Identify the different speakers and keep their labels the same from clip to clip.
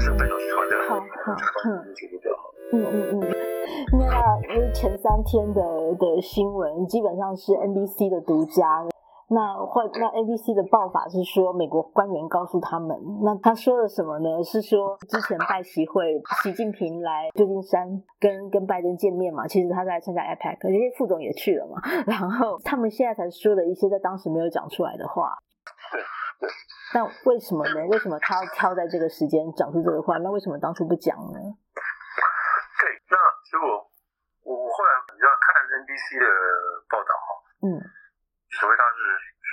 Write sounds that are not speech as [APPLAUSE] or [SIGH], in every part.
Speaker 1: 是非常传染，
Speaker 2: 好好嗯
Speaker 1: 身体比较好。
Speaker 2: 嗯嗯嗯， [LAUGHS] 那因为前三天的的新闻基本上是 NBC 的独家。那换那 NBC 的报法是说，美国官员告诉他们，那他说了什么呢？是说之前拜习会，习近平来旧金山跟跟拜登见面嘛，其实他在参加 APEC，因为副总也去了嘛。 [LAUGHS] 然后他们现在才说了一些在当时没有讲出来的话。那为什么呢？为什么他要挑在这个时间讲出这个话？那为什么当初不讲呢？
Speaker 1: 对，那结果我我后来你知道看 NBC 的报道哈，
Speaker 2: 嗯
Speaker 1: 所谓它是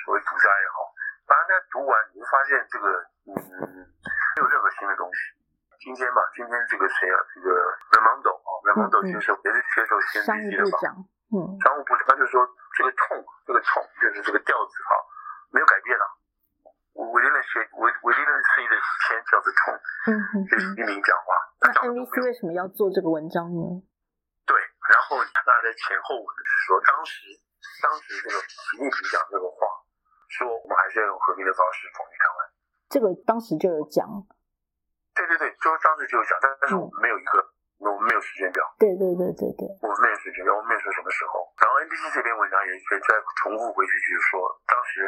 Speaker 1: 所谓独家也好，反正在读完你会发现这个嗯没有任何新的东西。今天吧，今天这个谁啊，这个 Ramondo 啊，Ramondo
Speaker 2: 嗯嗯
Speaker 1: 接受也是接受先
Speaker 2: 商务
Speaker 1: NBC 的
Speaker 2: 部
Speaker 1: 访
Speaker 2: 长，嗯
Speaker 1: 商务部他就说这个痛，这个痛就是这个调子哈，没有改变啊。我我 didn't s 我我 didn't see the change of the tone，
Speaker 2: 嗯嗯
Speaker 1: 就是
Speaker 2: 嗯。
Speaker 1: 一鸣讲话，他
Speaker 2: 那
Speaker 1: 讲的都没有
Speaker 2: NBC 为什么要做这个文章呢？
Speaker 1: 对，然后那在前后文是说，当时当时这个习近平讲这个话，说我们还是要用和平的方式统一台湾。
Speaker 2: 这个当时就有讲，
Speaker 1: 对对对，就是当时就有讲，但但是我们没有一个，我们没有时间表，
Speaker 2: 对对对对对，
Speaker 1: 我们没有时间表，我们没有说什么时候。然后 NBC 这篇文章也也在重复回去，就是说当时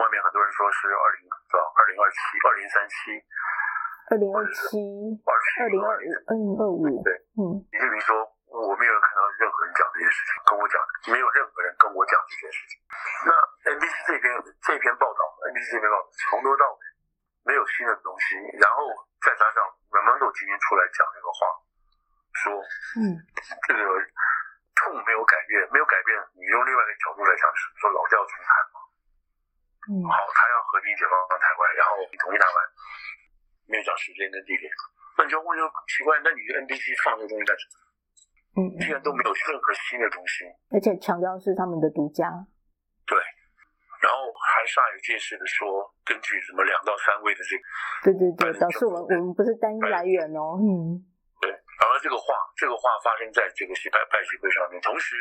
Speaker 1: 外面很多人说是二零呃二零二七、二零三七、
Speaker 2: 二零二七、
Speaker 1: 二七
Speaker 2: 二零二五、二零二五，
Speaker 1: 对
Speaker 2: 嗯
Speaker 1: 习近平说，我没有看到任何人讲这件事情，跟我讲，没有任何人跟我讲这件事情。那 NBC 这篇这篇报道，NBC 这篇报道从头到尾没有新的东西，然后再加上 Ramondo 今天出来讲这个话，说
Speaker 2: 嗯
Speaker 1: 这个痛没有改变，没有改变，你用另外一个角度来讲，是说老调重弹。
Speaker 2: 嗯
Speaker 1: 好，他要和平解放台湾，然后你同意台湾，没有讲时间跟地点。那你就问就奇怪，那你这 NBC 放这个东西干什么？
Speaker 2: 嗯
Speaker 1: 居然
Speaker 2: 嗯，
Speaker 1: 都没有任何新的东西。
Speaker 2: 而且强调是他们的独家，
Speaker 1: 然后还煞有介事的说，根据什么两到三位的这个，
Speaker 2: 对对对，表示我们我们不是单一来源哦，嗯
Speaker 1: 然后这个话，这个话发生在这个拜拜习会上面，同时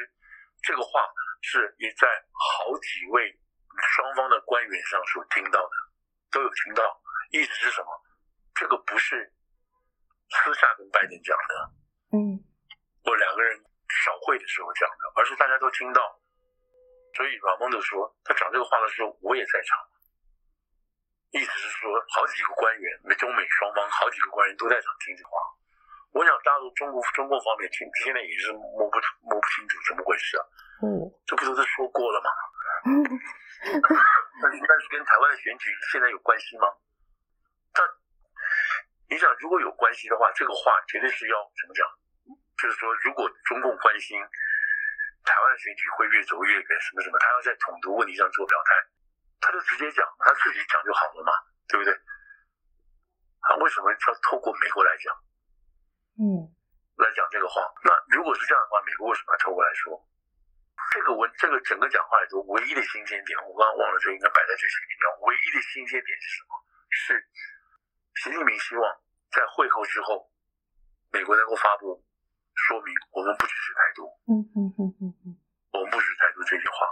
Speaker 1: 这个话是也在好几位双方的官员上所听到的，都有听到，意思是什么？这个不是私下跟拜登讲的，
Speaker 2: 嗯
Speaker 1: 或两个人小会的时候讲的，而是大家都听到。所以阮梦就说，他讲这个话的时候，我也在场。意思是说，好几个官员，美中美双方好几个官员都在场听这话。我想大陆中国中共方面听现在也是摸不摸不清楚怎么回事啊，
Speaker 2: 嗯，
Speaker 1: 这不都是说过了吗？那那是跟台湾的选举现在有关系吗？但你想，如果有关系的话，这个话绝对是要怎么讲？就是说，如果中共关心台湾的选举会越走越远，什么什么，他要在统独问题上做表态，他就直接讲，他自己讲就好了嘛，对不对？他为什么要透过美国来讲
Speaker 2: 嗯
Speaker 1: 来讲这个话？那如果是这样的话，美国为什么要透过来说？这个文这个整个讲话里头唯一的新鲜点，我刚刚忘了，就应该摆在最前面讲。唯一的新鲜点是什么？是习近平希望在会后之后，美国能够发布说明，我们不支持台独，
Speaker 2: 嗯嗯嗯嗯嗯，
Speaker 1: 我们不支持台独这句话。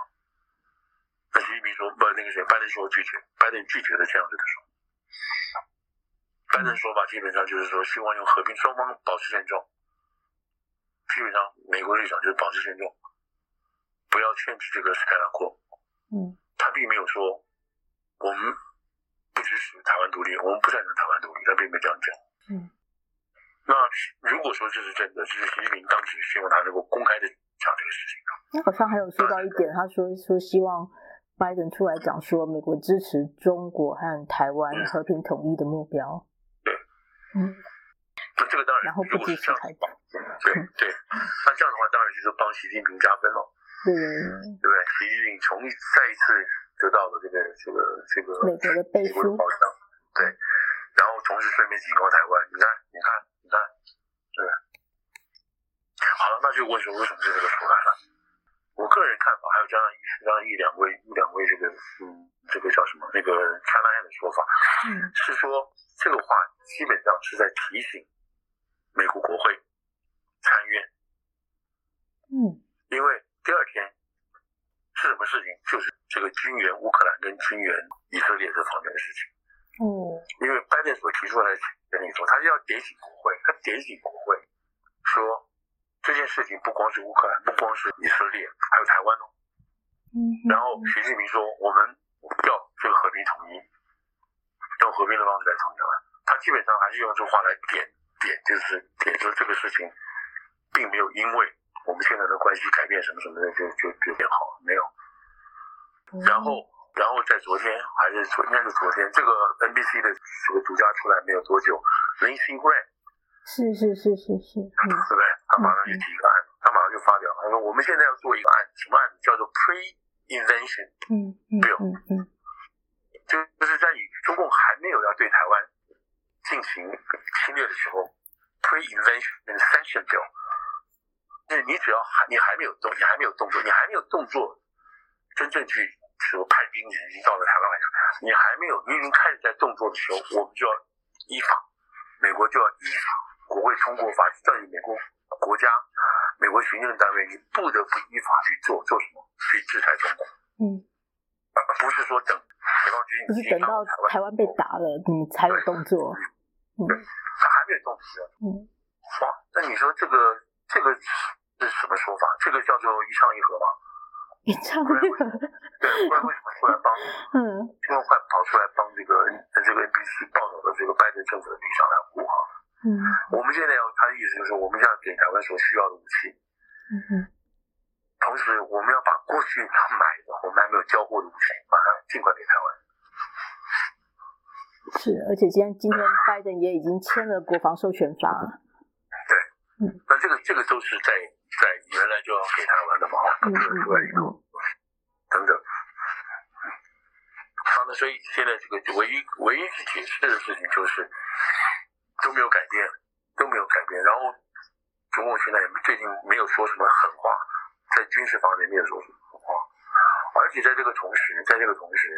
Speaker 1: 那习近平说不，那个谁，拜登说拒绝，拜登拒绝了这样子的说。拜登说法基本上就是说，希望用和平，双方保持现状。基本上美国立场就是保持现状，不要劝止这个斯凯拉国。
Speaker 2: 嗯
Speaker 1: 他并没有说我们不支持台湾独立，我们不赞成台湾独立，他并没有这样讲。
Speaker 2: 嗯
Speaker 1: 那如果说这是真的，就是习近平当时希望他能够公开的讲这个事情。
Speaker 2: 那好像还有说到一点，他说说希望拜登出来讲说美国支持中国和台湾和平统一的目标，
Speaker 1: 对，
Speaker 2: 嗯
Speaker 1: 那这个当然，
Speaker 2: 然后
Speaker 1: 如
Speaker 2: 不
Speaker 1: 果是
Speaker 2: 支持
Speaker 1: 这样
Speaker 2: 台嗯
Speaker 1: 子
Speaker 2: 独，
Speaker 1: 对对，那这样的话当然就是帮习近平加分了，
Speaker 2: 对对
Speaker 1: 对不对？习近平从再一次得到了这个这个这个
Speaker 2: 对，美国的背
Speaker 1: 美国的
Speaker 2: 书
Speaker 1: 保，障，对，然后同时顺便警告台湾，你看，你看，你看，对。好了，那就问说为什么是这个出来了？我个人看法，还有加上一加上一两位一两位这个嗯，这个叫什么那个加拿大的说法，
Speaker 2: 嗯
Speaker 1: 是说这个话基本上是在提醒美国国会参院，
Speaker 2: 嗯
Speaker 1: 因为第二天是什么事情？就是这个军援乌克兰跟军援以色列这方面的事情。
Speaker 2: 哦
Speaker 1: 因为拜登所提出来的跟你说，他是要点醒国会，他点醒国会说这件事情不光是乌克兰，不光是以色列，还有台湾哦。
Speaker 2: 嗯
Speaker 1: 然后习近平说我们要这个和平统一，用和平的方式来统一台湾。他基本上还是用这话来点点，就是点说这个事情并没有因为我们现在的关系改变什么什么的就就就变好了，没有。
Speaker 2: 哼
Speaker 1: 然后，然后在昨天还是昨应该是昨天，这个 NBC 的这个独家出来没有多久，林新贵
Speaker 2: 是是是是是，嗯
Speaker 1: 对不对？他马上就提一个案子，他马上就发表，他说我们现在要做一个案，什么案子？叫做 pre-invention，
Speaker 2: 嗯嗯嗯嗯
Speaker 1: 就就是在你中共还没有要对台湾进行侵略的时候，pre-invention sanction bill，就是你只要还你还没有动，你还没有动作，你还没有动作，真正去说派兵已经到了台湾海峡，你还没有，你已经开始在动作的时候，我们就要依法，美国就要依法，国会通过法律，教育美国国家、美国行政单位，你不得不依法去做做什么？去制裁中国，
Speaker 2: 嗯，
Speaker 1: 而不是说等解放军
Speaker 2: 不
Speaker 1: 已
Speaker 2: 是
Speaker 1: 经
Speaker 2: 等
Speaker 1: 到
Speaker 2: 到
Speaker 1: 了台湾
Speaker 2: 台湾被打了，你才有动作，嗯
Speaker 1: 他还没有动手。
Speaker 2: 嗯
Speaker 1: 哇，那你说这个这个是什么说法？这个叫做一唱一和吗？，
Speaker 2: 你唱这个，
Speaker 1: 对，不然为什么突然帮
Speaker 2: 嗯
Speaker 1: 突然快跑出来帮这个这个 NBC 报道的这个拜登政府的立场来护航？
Speaker 2: 嗯
Speaker 1: 我们现在要他的意思就是，我们要给台湾所需要的武器，
Speaker 2: 嗯嗯
Speaker 1: 同时我们要把过去他买的我们还没有交货的武器，把它尽快给台湾。
Speaker 2: 是，而且今天今天拜登也已经签了国防授权法了，
Speaker 1: 那这个这个都是在在原来就要给台湾的嘛，
Speaker 2: 嗯嗯
Speaker 1: 出来以后
Speaker 2: 嗯
Speaker 1: 等等。好的，所以现在这个唯一唯一去解释的事情就是都没有改变，都没有改变。然后中共现在也最近没有说什么狠话，在军事方面没有说什么狠话，而且在这个同时，在这个同时，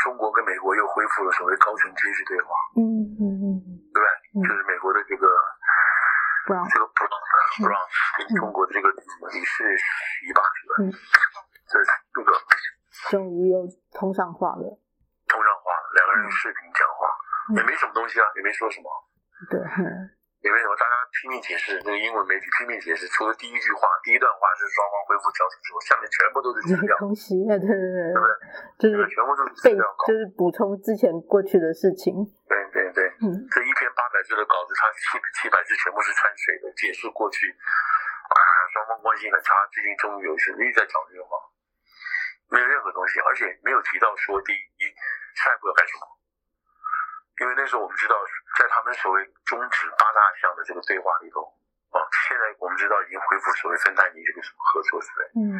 Speaker 1: 中国跟美国又恢复了所谓高层军事对话，
Speaker 2: 嗯嗯嗯嗯，
Speaker 1: 对吧？
Speaker 2: 嗯
Speaker 1: 就是美国的这个
Speaker 2: 不然
Speaker 1: 这个布朗布
Speaker 2: 嗯
Speaker 1: 朗跟中国的这个李世仪吧，这个
Speaker 2: 嗯
Speaker 1: 这这个
Speaker 2: 终于又通上话了，
Speaker 1: 通上话，两个人视频讲话，
Speaker 2: 嗯
Speaker 1: 也没什么东西啊，也没说什么， [LAUGHS]
Speaker 2: 对，嗯
Speaker 1: 也没什么，大家拼命解释，那个英文媒体拼命解释，除了第一句话，第一段话是双方恢复交手之后，下面全部都是
Speaker 2: 这
Speaker 1: 资
Speaker 2: 些
Speaker 1: 料，
Speaker 2: [LAUGHS] 东西，对对对
Speaker 1: 对不对，？
Speaker 2: 对就
Speaker 1: 这
Speaker 2: 是
Speaker 1: 个全部都是资
Speaker 2: 被
Speaker 1: 料稿
Speaker 2: 就，是补充之前过去的事情，
Speaker 1: 对对对，
Speaker 2: 嗯
Speaker 1: 这一篇八百字的稿子，它七七百字全部是掺水的，解释过去啊双方关系很差，最近终于有事，一直在讲这个话，没有任何东西，而且没有提到说第一下一步要干什么，因为那时候我们知道，在他们所谓终止八大项的这个对话里头，啊，现在我们知道已经恢复所谓芬太尼这个合作之类。
Speaker 2: 嗯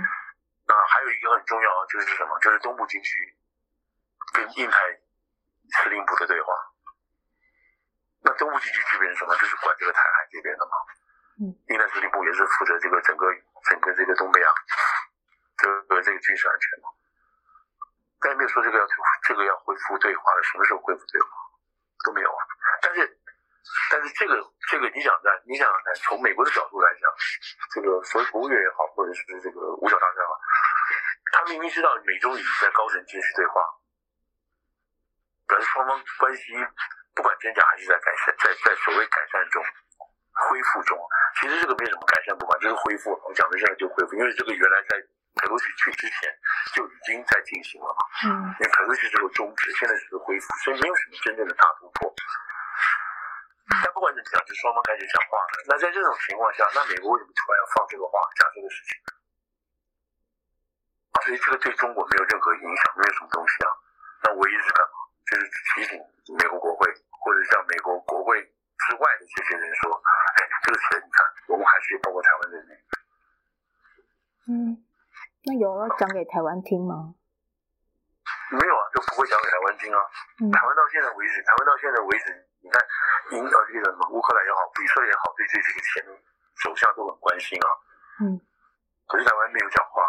Speaker 1: 那还有一个很重要的就是什么？就是东部军区跟印太司令部的对话。那东部军区这边是什么？就是管这个台海这边的嘛。
Speaker 2: 嗯。
Speaker 1: 印太司令部也是负责这个整个整个这个东北亚这个这个军事安全嘛。但没有说这个要退这个要恢复对话的，什么时候恢复对话都没有啊。但是但是这个这个你想在你想想看，从美国的角度来讲，这个所谓国务院也好，或者是这个五角大厦也好，他明明知道美中已经在高层军事对话，表示双方关系不管真假还是在改善，在在所谓改善中、恢复中。其实这个没什么改善不管，就是恢复了。我讲的现在就恢复，因为这个原来在佩洛西去之前就已经在进行了嘛。
Speaker 2: 嗯
Speaker 1: 因为佩洛西这个终止，现在只是恢复，所以没有什么真正的大突破。但不管怎么讲，就双方开始讲话了。那在这种情况下，那美国为什么突然要放这个话讲这个事情？啊所以这个对中国没有任何影响，没有什么东西啊。那唯一是干嘛？就是提醒美国国会，或者向美国国会之外的这些人说，哎，这个钱你看，我们还是包括台湾在内，
Speaker 2: 嗯，那有要讲给台湾听吗？
Speaker 1: 没有啊，就不会讲给台湾听啊。
Speaker 2: 嗯
Speaker 1: 台湾到现在为止，台湾到现在为止，你看，引导这个什么乌克兰也好，以色列也好，对这这个钱的走向都很关心啊。
Speaker 2: 嗯
Speaker 1: 可是台湾没有讲话。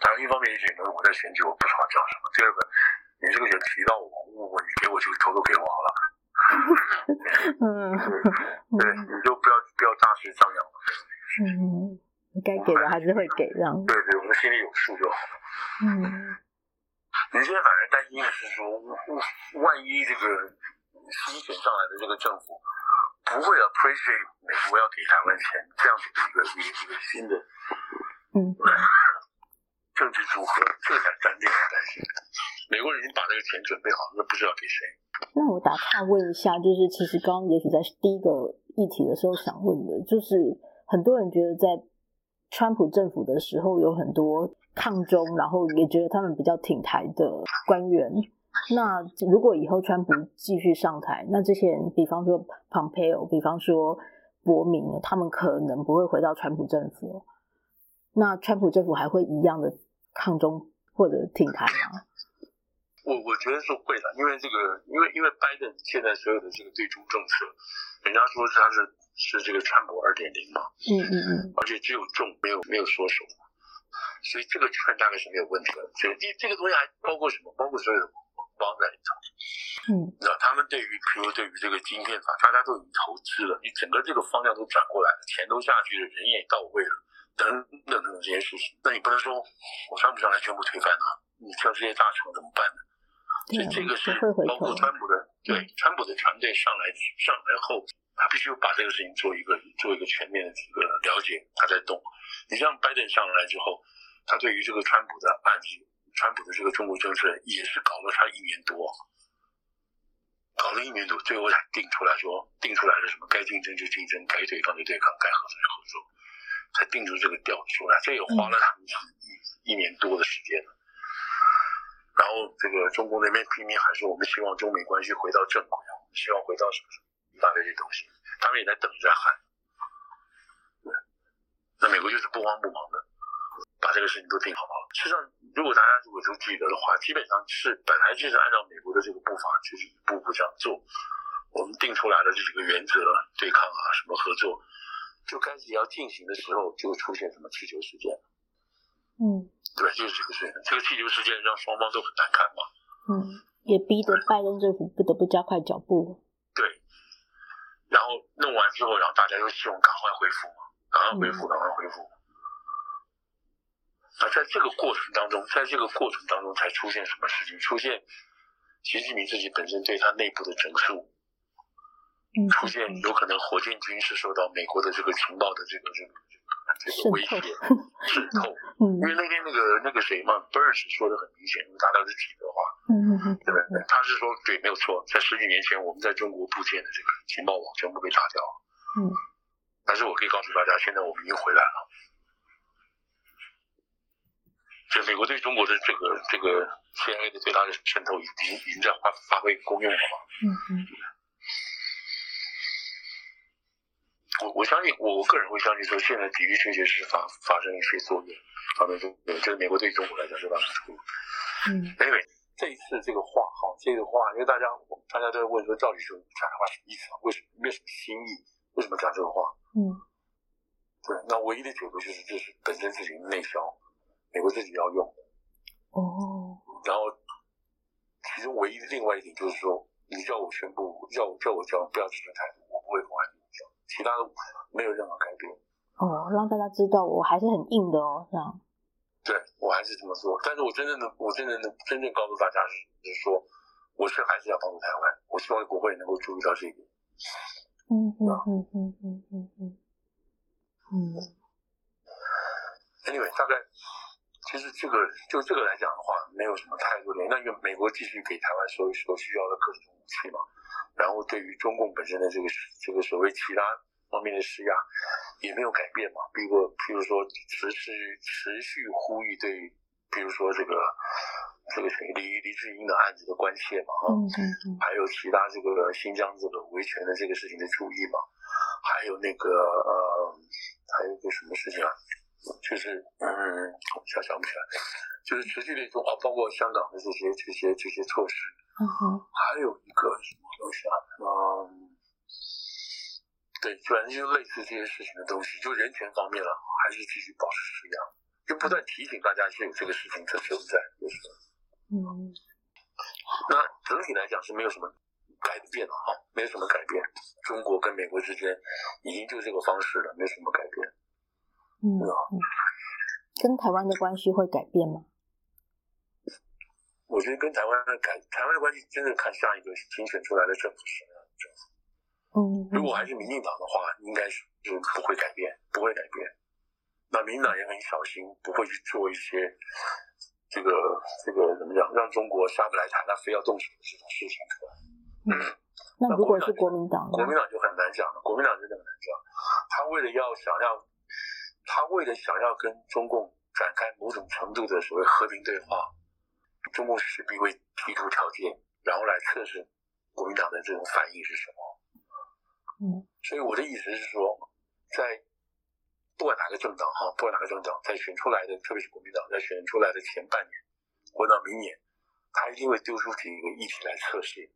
Speaker 1: 台湾一方面也觉得我在选举，我不知道讲什么；第二个，你这个人提到我，我你给我这个头都给我好了，
Speaker 2: 嗯
Speaker 1: 对，
Speaker 2: 嗯
Speaker 1: 你就不要不要大肆张扬了。
Speaker 2: 嗯，该给的还是会给这样，
Speaker 1: 对对，我们心里有数就好。
Speaker 2: 嗯
Speaker 1: 你现在反而担心的是说，万万一这个新选上来的这个政府不会 appreciate 美国要给台湾钱这样子的一个一个一个新的
Speaker 2: 嗯，
Speaker 1: 政治组合，这个才担令人担心。美国人已经把这个钱准备好，那不知道给谁。
Speaker 2: 那我打岔问一下，就是其实刚刚也许在第一个议题的时候想问的，就是很多人觉得在川普政府的时候有很多抗中，然后也觉得他们比较挺台的官员。那如果以后川普继续上台，那这些人，比方说 Pompeo，比方说伯明，他们可能不会回到川普政府哦。那川普政府还会一样的抗中或者挺台吗？
Speaker 1: 我我觉得是会的，因为这个，因为因为拜登现在所有的这个对中政策，人家说是他是是这个川普二点零嘛，
Speaker 2: 嗯嗯
Speaker 1: 而且只有重没有没有缩手，所以这个劝大概是没有问题的。这个这这个东西还包括什么？包括所有的帮在里头。
Speaker 2: 嗯
Speaker 1: 那他们对于，比如对于这个晶片法，大家都已经投资了，你整个这个方向都转过来了，钱都下去了，人也到位了，等等等等这些事情，那你不能说我川普上来全部推翻啊，你像这些大厂怎么办呢？所以
Speaker 2: 嗯，
Speaker 1: 这个是
Speaker 2: 不会回
Speaker 1: 包
Speaker 2: 头嗯
Speaker 1: 括。川普的，对川普的团队上来上来后，他必须把这个事情做一个做一个全面的一个了解，他在动。你让拜登上来之后，他对于这个川普的案子，川普的这个中国政策也是搞了他一年多，搞了一年多，最后才定出来说，定出来了什么该竞争就竞争，该对抗就对抗，该合作就合作，才定出这个调出来，这也花了他们一一年多的时间了。然后这个中共那边拼命喊说，我们希望中美关系回到正轨啊，我们希望回到什么什么一大堆这些东西，他们也在等着在喊。对那美国就是不慌不忙的把这个事情都定好了。事实上，如果大家如果都记得的话，基本上是本来就是按照美国的这个步伐，就是一步步这样做。我们定出来的这几个原则，对抗啊，什么合作，就开始要进行的时候，就出现什么气球事件。
Speaker 2: 嗯
Speaker 1: 对，就是这个事情。这个气球事件让双方都很难看嘛。
Speaker 2: 嗯，也逼得拜登政府不得不加快脚步。
Speaker 1: 对，然后弄完之后，然后大家又希望赶快恢复嘛，赶快恢复，赶快恢复。那在这个过程当中，在这个过程当中才出现什么事情？出现习近平自己本身对他内部的整肃，
Speaker 2: 嗯，
Speaker 1: 出现有可能火箭军是受到美国的这个情报的这个这个这个这个威胁渗透。
Speaker 2: 嗯
Speaker 1: 因为那天那个那个谁嘛，Burns 说的很明显，如果大家都记得的话，
Speaker 2: 嗯嗯
Speaker 1: 对不对？他是说对，没有错，在十几年前我们在中国部建的这个情报网全部被打掉了。
Speaker 2: 嗯
Speaker 1: 但是我可以告诉大家，现在我们已经回来了。这美国对中国的这个这个 CIA 的对它的渗透已经已经在发发挥功用了嘛？
Speaker 2: 嗯嗯
Speaker 1: 我我相信，我个人会相信说，现在的的确确是发发生一些作用，发生作用，这是美国对中国来讲是发生作用。
Speaker 2: 嗯
Speaker 1: Anyway，这一次这个话哈，这个话，因为大家大家都在问说，到底是讲这话什么意思啊？为什么没有什么新意？为什么讲这个话？
Speaker 2: 嗯
Speaker 1: 对，那唯一的解读就是，这是本身自己内销，美国自己要用。
Speaker 2: 哦
Speaker 1: 然后，其中唯一的另外一点就是说，你叫我宣布，叫我叫我叫不要这种态度，我不会公开跟你讲，其他的没有任何改变。
Speaker 2: 哦，让大家知道我还是很硬的哦，这样。
Speaker 1: 对我还是这么做，但是我真正的我真正的真正告诉大家是是说，我是还是要帮助台湾，我希望国会能够注意到这一点。
Speaker 2: 嗯嗯嗯嗯嗯嗯嗯嗯
Speaker 1: Anyway，大概其实这个就这个来讲的话，没有什么太多的。那因为美国继续给台湾所所需要的各种武器嘛，然后对于中共本身的这个这个所谓其他方面的施压也没有改变嘛。比如说譬如说持续持续呼吁对，比如说这个这个谁黎黎智英的案子的关切嘛，哈、
Speaker 2: 嗯嗯
Speaker 1: 还有其他这个新疆这个维权的这个事情的注意嘛，还有那个呃，还有一个什么事情啊？就是嗯，我想想不起来，就是持续的一种啊，包括香港的这些这些这些措施，
Speaker 2: 嗯，好，
Speaker 1: 还有一个什么东西啊？嗯，对，反正就是类似这些事情的东西，就人权方面了，还是继续保持施压，就不断提醒大家是有这个事情在存在，就是
Speaker 2: 嗯
Speaker 1: 那整体来讲是没有什么改变的哈，没有什么改变。中国跟美国之间已经就这个方式了，没有什么改变。
Speaker 2: 嗯嗯，跟台湾的关系会改变吗？
Speaker 1: 我我觉得跟台湾的感，台湾的关系真的看下一个新选出来的政府是什么样的政府。
Speaker 2: 嗯，
Speaker 1: 如果还是民进党的话，应该是不会改变，不会改变。那民进党也很小心，不会去做一些这个这个怎么讲，让中国下不来台，他非要动手的这种事情出来。
Speaker 2: 那
Speaker 1: 那
Speaker 2: 如
Speaker 1: 国
Speaker 2: 果
Speaker 1: 民党
Speaker 2: 是国民党呢，
Speaker 1: 国民党就很难讲了，国民党真的很难讲。他为了要想要，他为了想要跟中共展开某种程度的所谓和平对话，中共势必会提出条件，然后来测试国民党的这种反应是什么。
Speaker 2: 嗯
Speaker 1: 所以我的意思是说，在不管哪个政党哈，不管哪个政党，在选出来的，特别是国民党在选出来的前半年，或到明年，他一定会丢出几个议题来测试，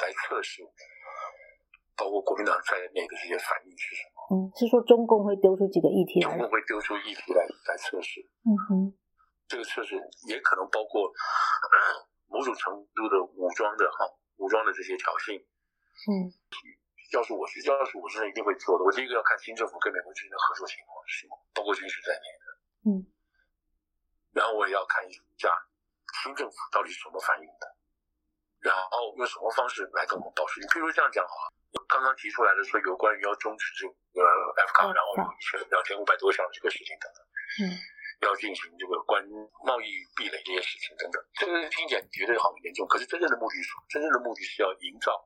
Speaker 1: 来测试，包括国民党在内的这些反应是什么。
Speaker 2: 嗯，是说中共会丢出几个议题来
Speaker 1: 中？共会丢出议题来来测试，
Speaker 2: 嗯哼，
Speaker 1: 这个测试也可能包括、 [CLEARS THROAT] 呃某种程度的武装的哈，武装的这些挑衅，
Speaker 2: 嗯
Speaker 1: 要是我是要是我是一定会做的。我第一个要看新政府跟美国之间的合作情况是什么，包括军事在内。
Speaker 2: 嗯
Speaker 1: 然后我也要看一下新政府到底是怎么反应的，然后用什么方式来跟我们报时。你譬如这样讲好了，刚刚提出来的说有关于要终止这个呃 F 卡，
Speaker 2: 嗯
Speaker 1: 然后有一千两千五百多项这个事情等等，
Speaker 2: 嗯
Speaker 1: 要进行这个关于贸易壁垒这些事情等等，这个听起来觉得好像严重，可是真正的目的是什么，真正的目的是要营造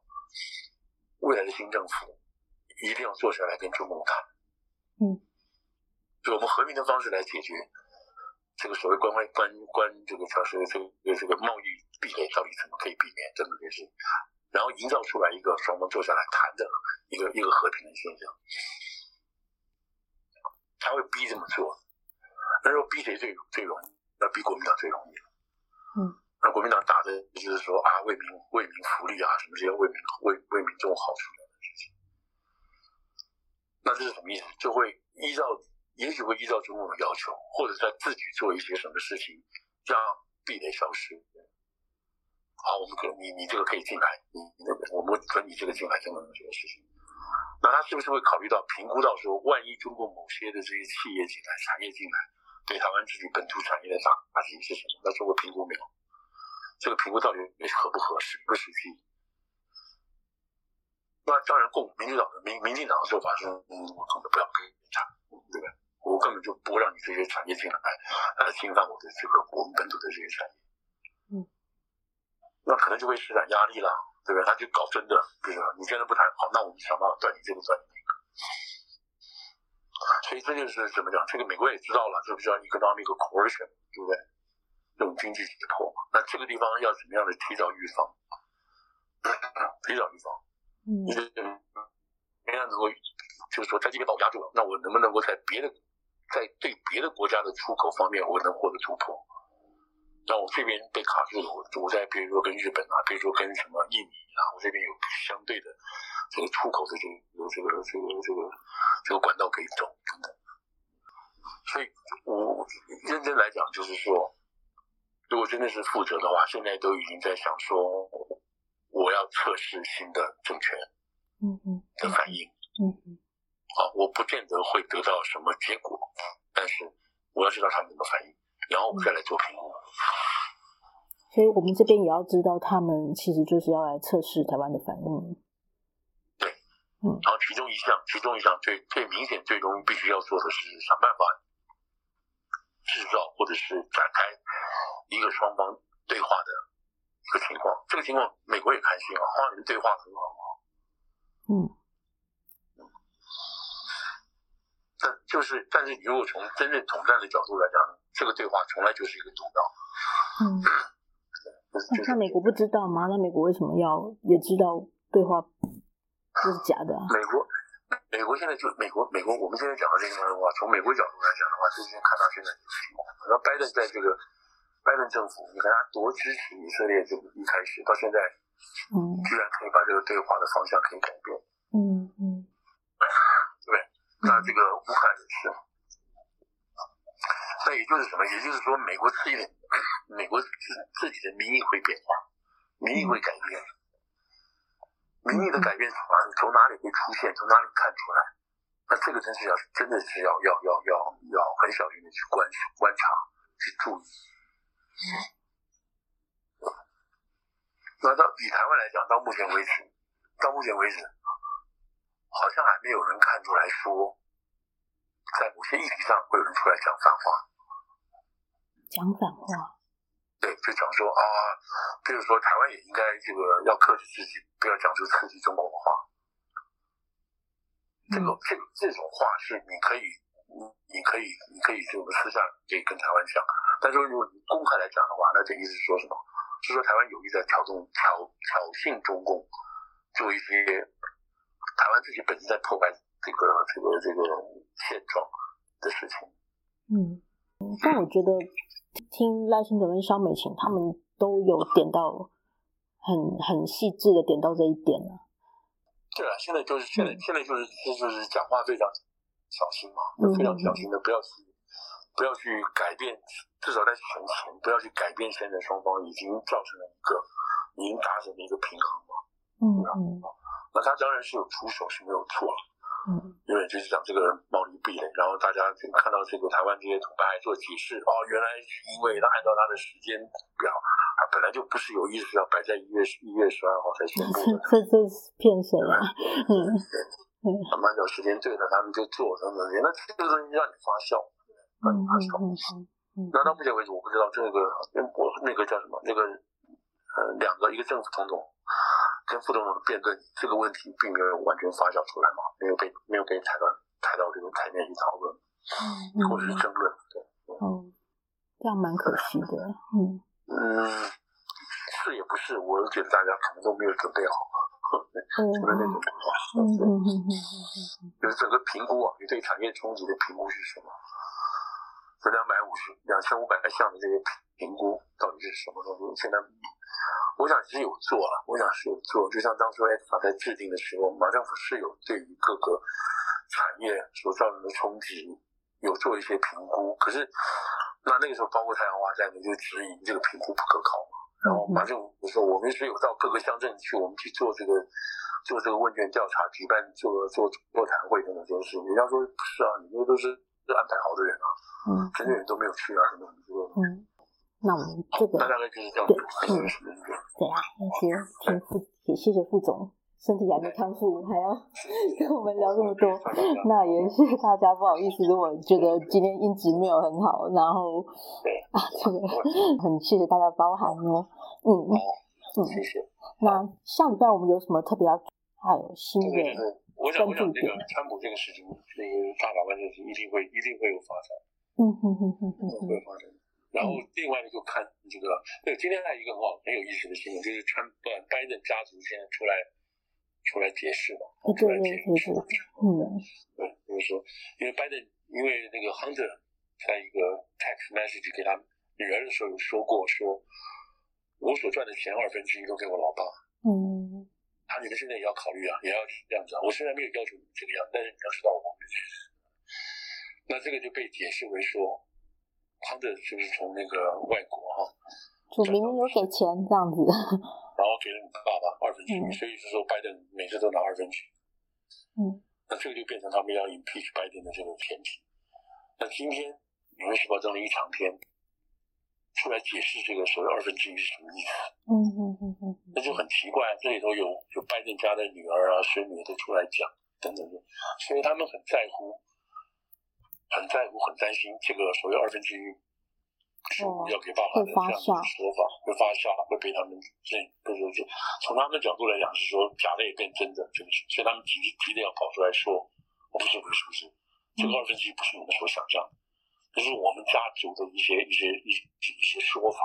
Speaker 1: 未来的新政府一定要坐下来跟中共谈。
Speaker 2: 嗯，
Speaker 1: 就我们和平的方式来解决这个所谓关关关关这个叫是这个这个贸易壁垒到底怎么可以避免这么件事，然后营造出来一个双方坐下来谈的一个一个和平的现象，他会逼这么做。那时候逼谁最最容易？那逼国民党最容易。
Speaker 2: 嗯。
Speaker 1: 那国民党打的就是说啊，为民为民福利啊，什么这些为民为为民这种好处的事情。那这是什么意思？就会依照，也许会依照中共的要求，或者在自己做一些什么事情，让壁垒消失。好，我们可你你这个可以进来，你你那个我们准你这个进来，等等这个事情。那他是不是会考虑到、评估到说，万一中国某些的这些企业进来、产业进来，对台湾自己本土产业的打打击是什么？那中国评估没有？这个评估到底合不合适、不实际？那当然，共民进党的民民进党的做法是，嗯，我根本不要跟你谈，对吧？我根本就不让你这些产业进来，来侵犯我的这个我们本土的这些产业。
Speaker 2: 嗯，
Speaker 1: 那可能就会施展压力啦，对吧？他就搞真的，对吧？你真的不谈，好，那我们想办法断你这个断你那个。所以这就是怎么讲？这个美国也知道了，这个叫 economic coercion，对不对？这种经济胁迫嘛。那这个地方要怎么样的提早预防？ [COUGHS] 提早预防。
Speaker 2: 嗯
Speaker 1: 你这个人家能够，就是说在这边把我压住了，那我能不能够在别的，在对别的国家的出口方面，我能获得突破？那我这边被卡住了，我我在比如说跟日本啊，比如说跟什么印尼啊，我这边有相对的这个出口的这个这个这个这个这个管道可以走等等。所以我认真来讲，就是说，如果真的是负责的话，现在都已经在想说，我要测试新的政权。
Speaker 2: 嗯嗯
Speaker 1: 的反应
Speaker 2: 嗯嗯
Speaker 1: 啊，我不见得会得到什么结果，但是我要知道他们怎么反应，然后我
Speaker 2: 嗯
Speaker 1: 们再来做评估。
Speaker 2: 所以我们这边也要知道，他们其实就是要来测试台湾的反应。
Speaker 1: 然后其中一项，其中一项最最明显、最容易必须要做的是想办法制造或者是展开一个双方对话的一个情况。这个情况美国也开心啊，花莲对话很好啊，
Speaker 2: 嗯
Speaker 1: 但就是但是如果从真正统战的角度来讲，这个对话从来就是一个毒药。
Speaker 2: 嗯，
Speaker 1: 就是
Speaker 2: 那那美国不知道吗？那美国为什么要也知道对话就是假的啊？
Speaker 1: 美国，美国现在就美国，美国，我们现在讲的这个的话，从美国角度来讲的话，最近看到现在就是什么，那拜登在这个拜登政府，你看他多支持以色列，这个一开始到现在，
Speaker 2: 嗯
Speaker 1: 居然可以把这个对话的方向可以改变。
Speaker 2: 嗯嗯，
Speaker 1: 那这个乌克兰也是，那也就是什么？也就是说，美国自己的美国自自己的民意会变化，民意会改变。民意的改变从哪里从哪里会出现？从哪里看出来？那这个真是要真的是要要要要要很小心的去观观察去注意。那到以台湾来讲，到目前为止，到目前为止，好像还没有人看出来说，在某些议题上会有人出来讲反话。
Speaker 2: 讲反话，
Speaker 1: 对，就讲说啊，比如说台湾也应该这个要克制自己，不要讲出刺激中国的话。这个
Speaker 2: 嗯
Speaker 1: 这个这种话是你可以，你你可以你可以就私下可以跟台湾讲，但是如果你公开来讲的话，那这意思是说什么？是说台湾有意在挑动挑挑衅中共，做一些台湾自己本身在破坏这个这个这个现状的事情。
Speaker 2: 嗯，嗯但我觉得听赖清德跟肖美琴他们都有点到很很细致的点到这一点了、
Speaker 1: 对啊，现在就是现在
Speaker 2: 嗯
Speaker 1: 现在就是这就是讲话非常小心嘛，
Speaker 2: 嗯
Speaker 1: 非常小心的，不要去不要去改变，至少在选前不要去改变现在双方已经造成了一个已经达成了一个平衡嘛。
Speaker 2: 嗯嗯
Speaker 1: 那他当然是有出手是没有错啊，
Speaker 2: 嗯
Speaker 1: 因为就是讲这个人贸易壁垒，然后大家这个看到这个台湾这些同伴还做解释，哦，原来是因为他按照他的时间表，他本来就不是有意识要摆在一月一月十二号才宣布
Speaker 2: 这
Speaker 1: 的。
Speaker 2: 这这是骗谁啊？嗯
Speaker 1: 他们按照时间对的，他们就做等等，那这个东西让你发酵，让你
Speaker 2: 嗯
Speaker 1: 发酵。
Speaker 2: 嗯嗯
Speaker 1: 那到目前为止，我不知道这个我那个叫什么那个呃，两个一个正副总统跟副总统的辩论这个问题，并没有完全发酵出来嘛，没有被没有被抬到抬到这个台面去讨论
Speaker 2: 嗯
Speaker 1: 或者是
Speaker 2: 嗯
Speaker 1: 争论。对，
Speaker 2: 嗯，这样蛮可惜的。嗯
Speaker 1: 嗯，是也不是，我觉得大家可能都没有准备好，
Speaker 2: 嗯
Speaker 1: 可能没有准备好。
Speaker 2: 嗯嗯嗯嗯
Speaker 1: 就是整个评估啊，你对产业冲击的评估是什么？这两百五十、两千五百项的这个评估到底是什么东西？现在我想是有做了，我想是有做。就像当初 X 法在制定的时候，马政府是有对于各个产业所造成的冲击有做一些评估，可是那那个时候包括太阳花在内就质疑这个评估不可靠。然后马政府说，我们是有到各个乡镇去，我们去做这个做这个问卷调查，举办做做座谈会等等这些事情。人家说不是啊，你那都是是安排好的人啊，
Speaker 2: 嗯
Speaker 1: 这些人都没有去啊，什么什么之类的。
Speaker 2: 嗯，那我们这个
Speaker 1: 那大概就是这样子
Speaker 2: 对。嗯怎样？那先听副，也谢谢副总，身体还没康复，还要跟我们聊这么多。那也谢谢大家，不好意思，如果觉得今天音质没有很好，然后啊，这个很谢谢大家包涵哦。嗯嗯，
Speaker 1: 谢谢。
Speaker 2: 那下礼拜我们有什么特别要？还有新
Speaker 1: 这个就
Speaker 2: 的，
Speaker 1: 是我想，我想
Speaker 2: 关注
Speaker 1: 这个
Speaker 2: 点
Speaker 1: 川普这个事情，这个大法官这个事情一定会一定会有发展。
Speaker 2: 嗯哼哼哼哼
Speaker 1: 会
Speaker 2: 哼，
Speaker 1: 发生。然后另外一个就看这个，对，今天还有一个很好很有意思的新闻，就是川拜拜登家族现在出来出来解释嘛，
Speaker 2: 对
Speaker 1: 出来
Speaker 2: 哦对
Speaker 1: 解
Speaker 2: 对
Speaker 1: 释
Speaker 2: 对，，嗯
Speaker 1: 对，就是说，因为拜登因为那个 Hunter 在一个 text message 给他女儿的时候有说过，说我所赚的钱二分之一都给我老爸，
Speaker 2: 嗯
Speaker 1: 他你们现在也要考虑啊，也要这样子啊。我虽然没有要求你这个样，但是你要知道我们是，那这个就被解释为说，他的就是从那个外国哈、
Speaker 2: 就明明有给钱这样子，
Speaker 1: 然后给了你爸爸二分之一，
Speaker 2: 嗯
Speaker 1: 所以是说拜登每次都拿二分之一。
Speaker 2: 嗯，
Speaker 1: 那这个就变成他们要 impeach 拜登的这个前提。那今天《纽约时报》登了一长篇，出来解释这个所谓二分之一是什么意思。
Speaker 2: 嗯哼哼哼，
Speaker 1: 那就很奇怪，这里头有有拜登家的女儿啊、孙女都出来讲等等的，所以他们很在乎，很在乎、很担心这个所谓二分之一是
Speaker 2: 哦
Speaker 1: 要给爸爸的
Speaker 2: 会
Speaker 1: 这
Speaker 2: 发
Speaker 1: 样的
Speaker 2: 酵
Speaker 1: 说法，会发酵，会被他们这被这这，从他们角度来讲是说假的也变真的，这个是，所以他们急急的要跑出来说，我不是不是不是，这
Speaker 2: 嗯
Speaker 1: 个二分之一不是你们所想象的，这是我们家族的一些一些一些一些说法。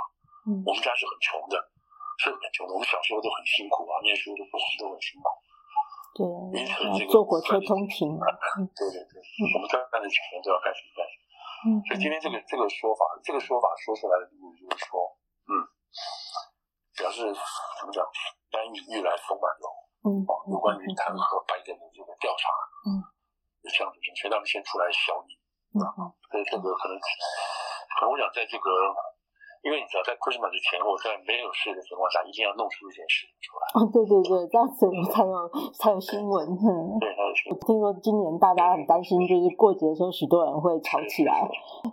Speaker 2: 嗯
Speaker 1: 我们家是很穷的，是很穷的。我们小时候都很辛苦啊，念书都不都很辛苦。
Speaker 2: 对，
Speaker 1: 因此
Speaker 2: 然后
Speaker 1: 这个
Speaker 2: 坐火车通
Speaker 1: [LAUGHS]
Speaker 2: 勤，
Speaker 1: 对对对，我们赚赚的钱都要干什么干什么。
Speaker 2: 嗯
Speaker 1: 所以今天这个这个说法，这个说法说出来的意思就是说，嗯，表示怎么讲，单以欲来风满楼
Speaker 2: 嗯
Speaker 1: 啊，有关于弹劾拜登的这个调查，
Speaker 2: 嗯，
Speaker 1: 有这样的事情，所以他们先出来消弭。
Speaker 2: 嗯
Speaker 1: 所以这个可能，可能我想在这个因为你知道，在 Christmas 之前，我在没有事的情况下，一定要弄出一件事情出来。
Speaker 2: 哦，对对对，这样子才有才有新闻。嗯
Speaker 1: 对，还有是
Speaker 2: 我听说今年大家很担心，就是过节的时候，许多人会吵起来，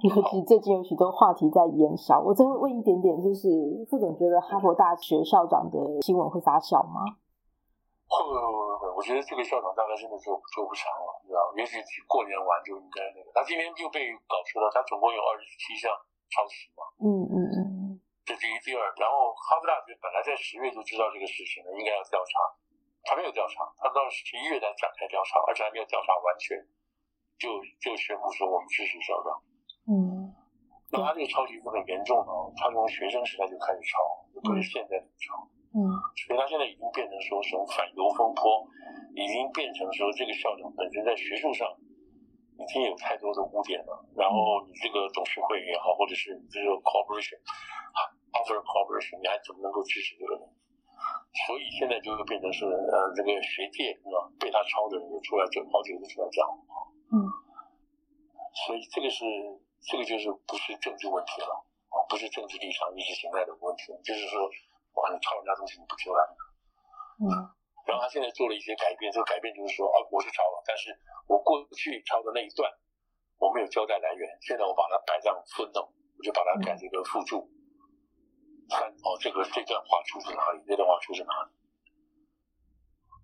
Speaker 2: 尤其最近有许多话题在延烧。我再问一点点，就是副总觉得哈佛大学校长的新闻会发酵吗？
Speaker 1: 会会会会，我觉得这个校长大概真的做做不长了，你知道吗？也许过年完就应该那个。他今天就被搞出了，他总共有二十七项抄袭嘛，
Speaker 2: 嗯嗯嗯，
Speaker 1: 这第一第二。然后哈佛大学本来在十月就知道这个事情了，应该要调查，他没有调查，他到十一月才展开调查，而且还没有调查完全，就就宣布说我们支持校长。
Speaker 2: 嗯
Speaker 1: 那他这个抄袭是很严重的哦，他从学生时代就开始抄，不是现在才抄。
Speaker 2: 嗯
Speaker 1: 所以他现在已经变成说什么反犹风波，已经变成说这个校长本身在学术上已经有太多的污点了。然后你这个董事会也好，或者是你这个 corporation 啊 offer corporation，你还怎么能够支持这个人？所以现在就会变成是呃，这个学界啊被他抄的人也出来，就好几个出来讲。
Speaker 2: 嗯
Speaker 1: 所以这个是这个就是不是政治问题了啊，不是政治立场、意识形态的问题，就是说哇，你抄人家东西你不出来。
Speaker 2: 嗯
Speaker 1: 然后他现在做了一些改变，这个改变就是说，啊，我是抄了，但是我过去抄的那一段，我没有交代来源，现在我把它摆上 footnote，我就把它改这个附注。三哦，这个这段话出自哪里？这段话出自哪里？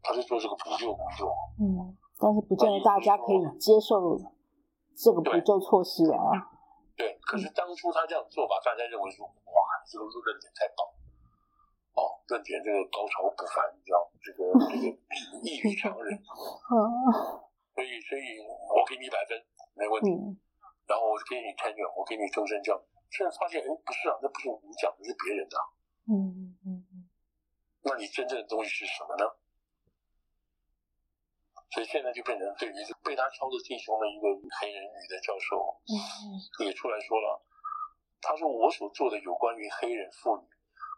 Speaker 1: 他是做这个补救工作，
Speaker 2: 嗯，但是不见得大家可
Speaker 1: 嗯
Speaker 2: 以接受这个补救措施啊。
Speaker 1: 对。可是当初他这样做法，大家认为说，哇，这个论点太棒，哦，论点这个高潮不凡，你知道吗，这个这个异于常人，
Speaker 2: 嗯
Speaker 1: 所以所以我给你一百分，没问题。
Speaker 2: 嗯
Speaker 1: 然后我就给你 tenure，我给你终身教育。现在发现，哎，不是啊，那不是你讲的，是别人的啊。
Speaker 2: 嗯嗯
Speaker 1: 那你真正的东西是什么呢？所以现在就变成对于这被他操作弟兄的一个黑人女的教授
Speaker 2: 嗯
Speaker 1: 也出来说了，他说我所做的有关于黑人妇女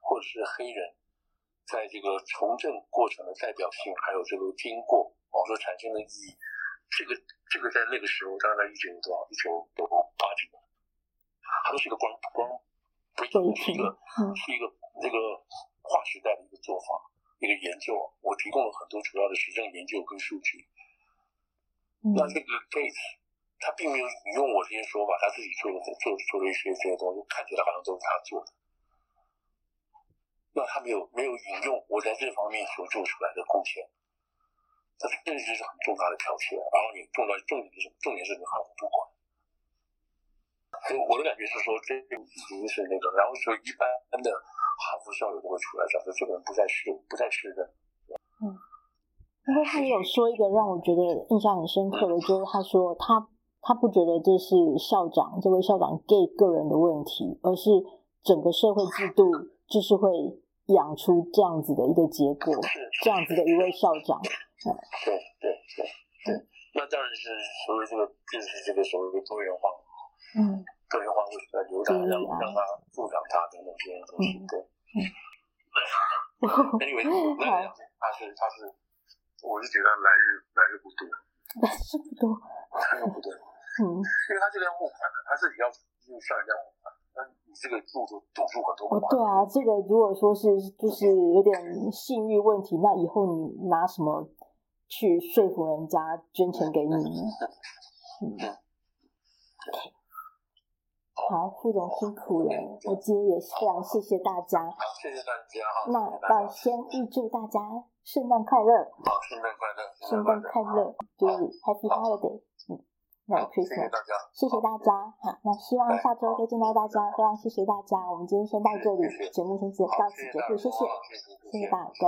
Speaker 1: 或者是黑人在这个从政过程的代表性，还有这个经过，我说产生的意义，这个这个在那个时候，大概一九多少一九八几年，它都是一个光光不
Speaker 2: 对
Speaker 1: 是一个
Speaker 2: 嗯
Speaker 1: 是一个这个划时代的一个做法，一个研究。啊我提供了很多主要的实证研究跟数据。
Speaker 2: 嗯
Speaker 1: 那这个 Gates 他并没有引用我这些说法，他自己做了做做了一些这些东西，看起来好像都是他做的。那他没有没有引用我在这方面所做出来的贡献，那这就是很重大的剽窃。然后你重到重点是什么？重点是你好不管。所以我的感觉是说，这个已经是那个，然后所以一般的哈佛校友都会出来讲说，这个人不再是不再是人。
Speaker 2: 不过他也有说一个让我觉得印象很深刻的，就是他说他他不觉得这是校长这位校长 gay 个人的问题，而是整个社会制度就是会养出这样子的一个结果，
Speaker 1: 是
Speaker 2: 这样子的一位校长。
Speaker 1: 对对对对，那当然是所谓这个就是这个所谓的多元化，
Speaker 2: 嗯 [LAUGHS]
Speaker 1: 多元化会呃流长，让
Speaker 2: 对啊
Speaker 1: 让它助长它等等这些东西。
Speaker 2: 嗯
Speaker 1: 对
Speaker 2: 嗯
Speaker 1: [LAUGHS]
Speaker 2: [LAUGHS]
Speaker 1: ，anyway，那
Speaker 2: 好
Speaker 1: 他是他是，我是觉得来日来日不多，
Speaker 2: 但是不多，
Speaker 1: 来日不多，
Speaker 2: 嗯，
Speaker 1: 因为他这个要募款的，他自己要就是向人家募款，那你这个路就堵住很多
Speaker 2: 哦
Speaker 1: 款。
Speaker 2: 对啊，这个如果说是就是有点信誉问题，那以后你拿什么去说服人家捐钱给你呢？嗯，好，副总辛苦了，我今天也是非常谢谢大家。
Speaker 1: 好，谢谢大家哈，
Speaker 2: 那
Speaker 1: 谢谢大
Speaker 2: 那
Speaker 1: 家，
Speaker 2: 先预祝大家圣诞快乐，
Speaker 1: 好，圣诞快乐，
Speaker 2: 圣诞快乐，就是 Happy Holiday，嗯，Merry
Speaker 1: 好，谢谢
Speaker 2: Christmas。
Speaker 1: 大家，
Speaker 2: 谢谢大家，好，那希望下周再见到大家，非常谢谢大家，我们今天先到这里
Speaker 1: 谢谢，
Speaker 2: 节目先结到
Speaker 1: 好，
Speaker 2: 此
Speaker 1: 谢谢
Speaker 2: 结
Speaker 1: 大
Speaker 2: 束，
Speaker 1: 家，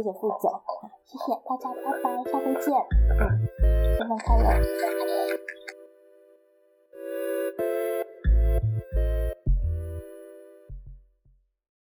Speaker 1: 谢谢
Speaker 2: 谢，谢
Speaker 1: 好，谢谢。
Speaker 2: 谢大家，好，谢谢副总，好，谢谢大家，拜拜，下周见，嗯，圣诞快乐。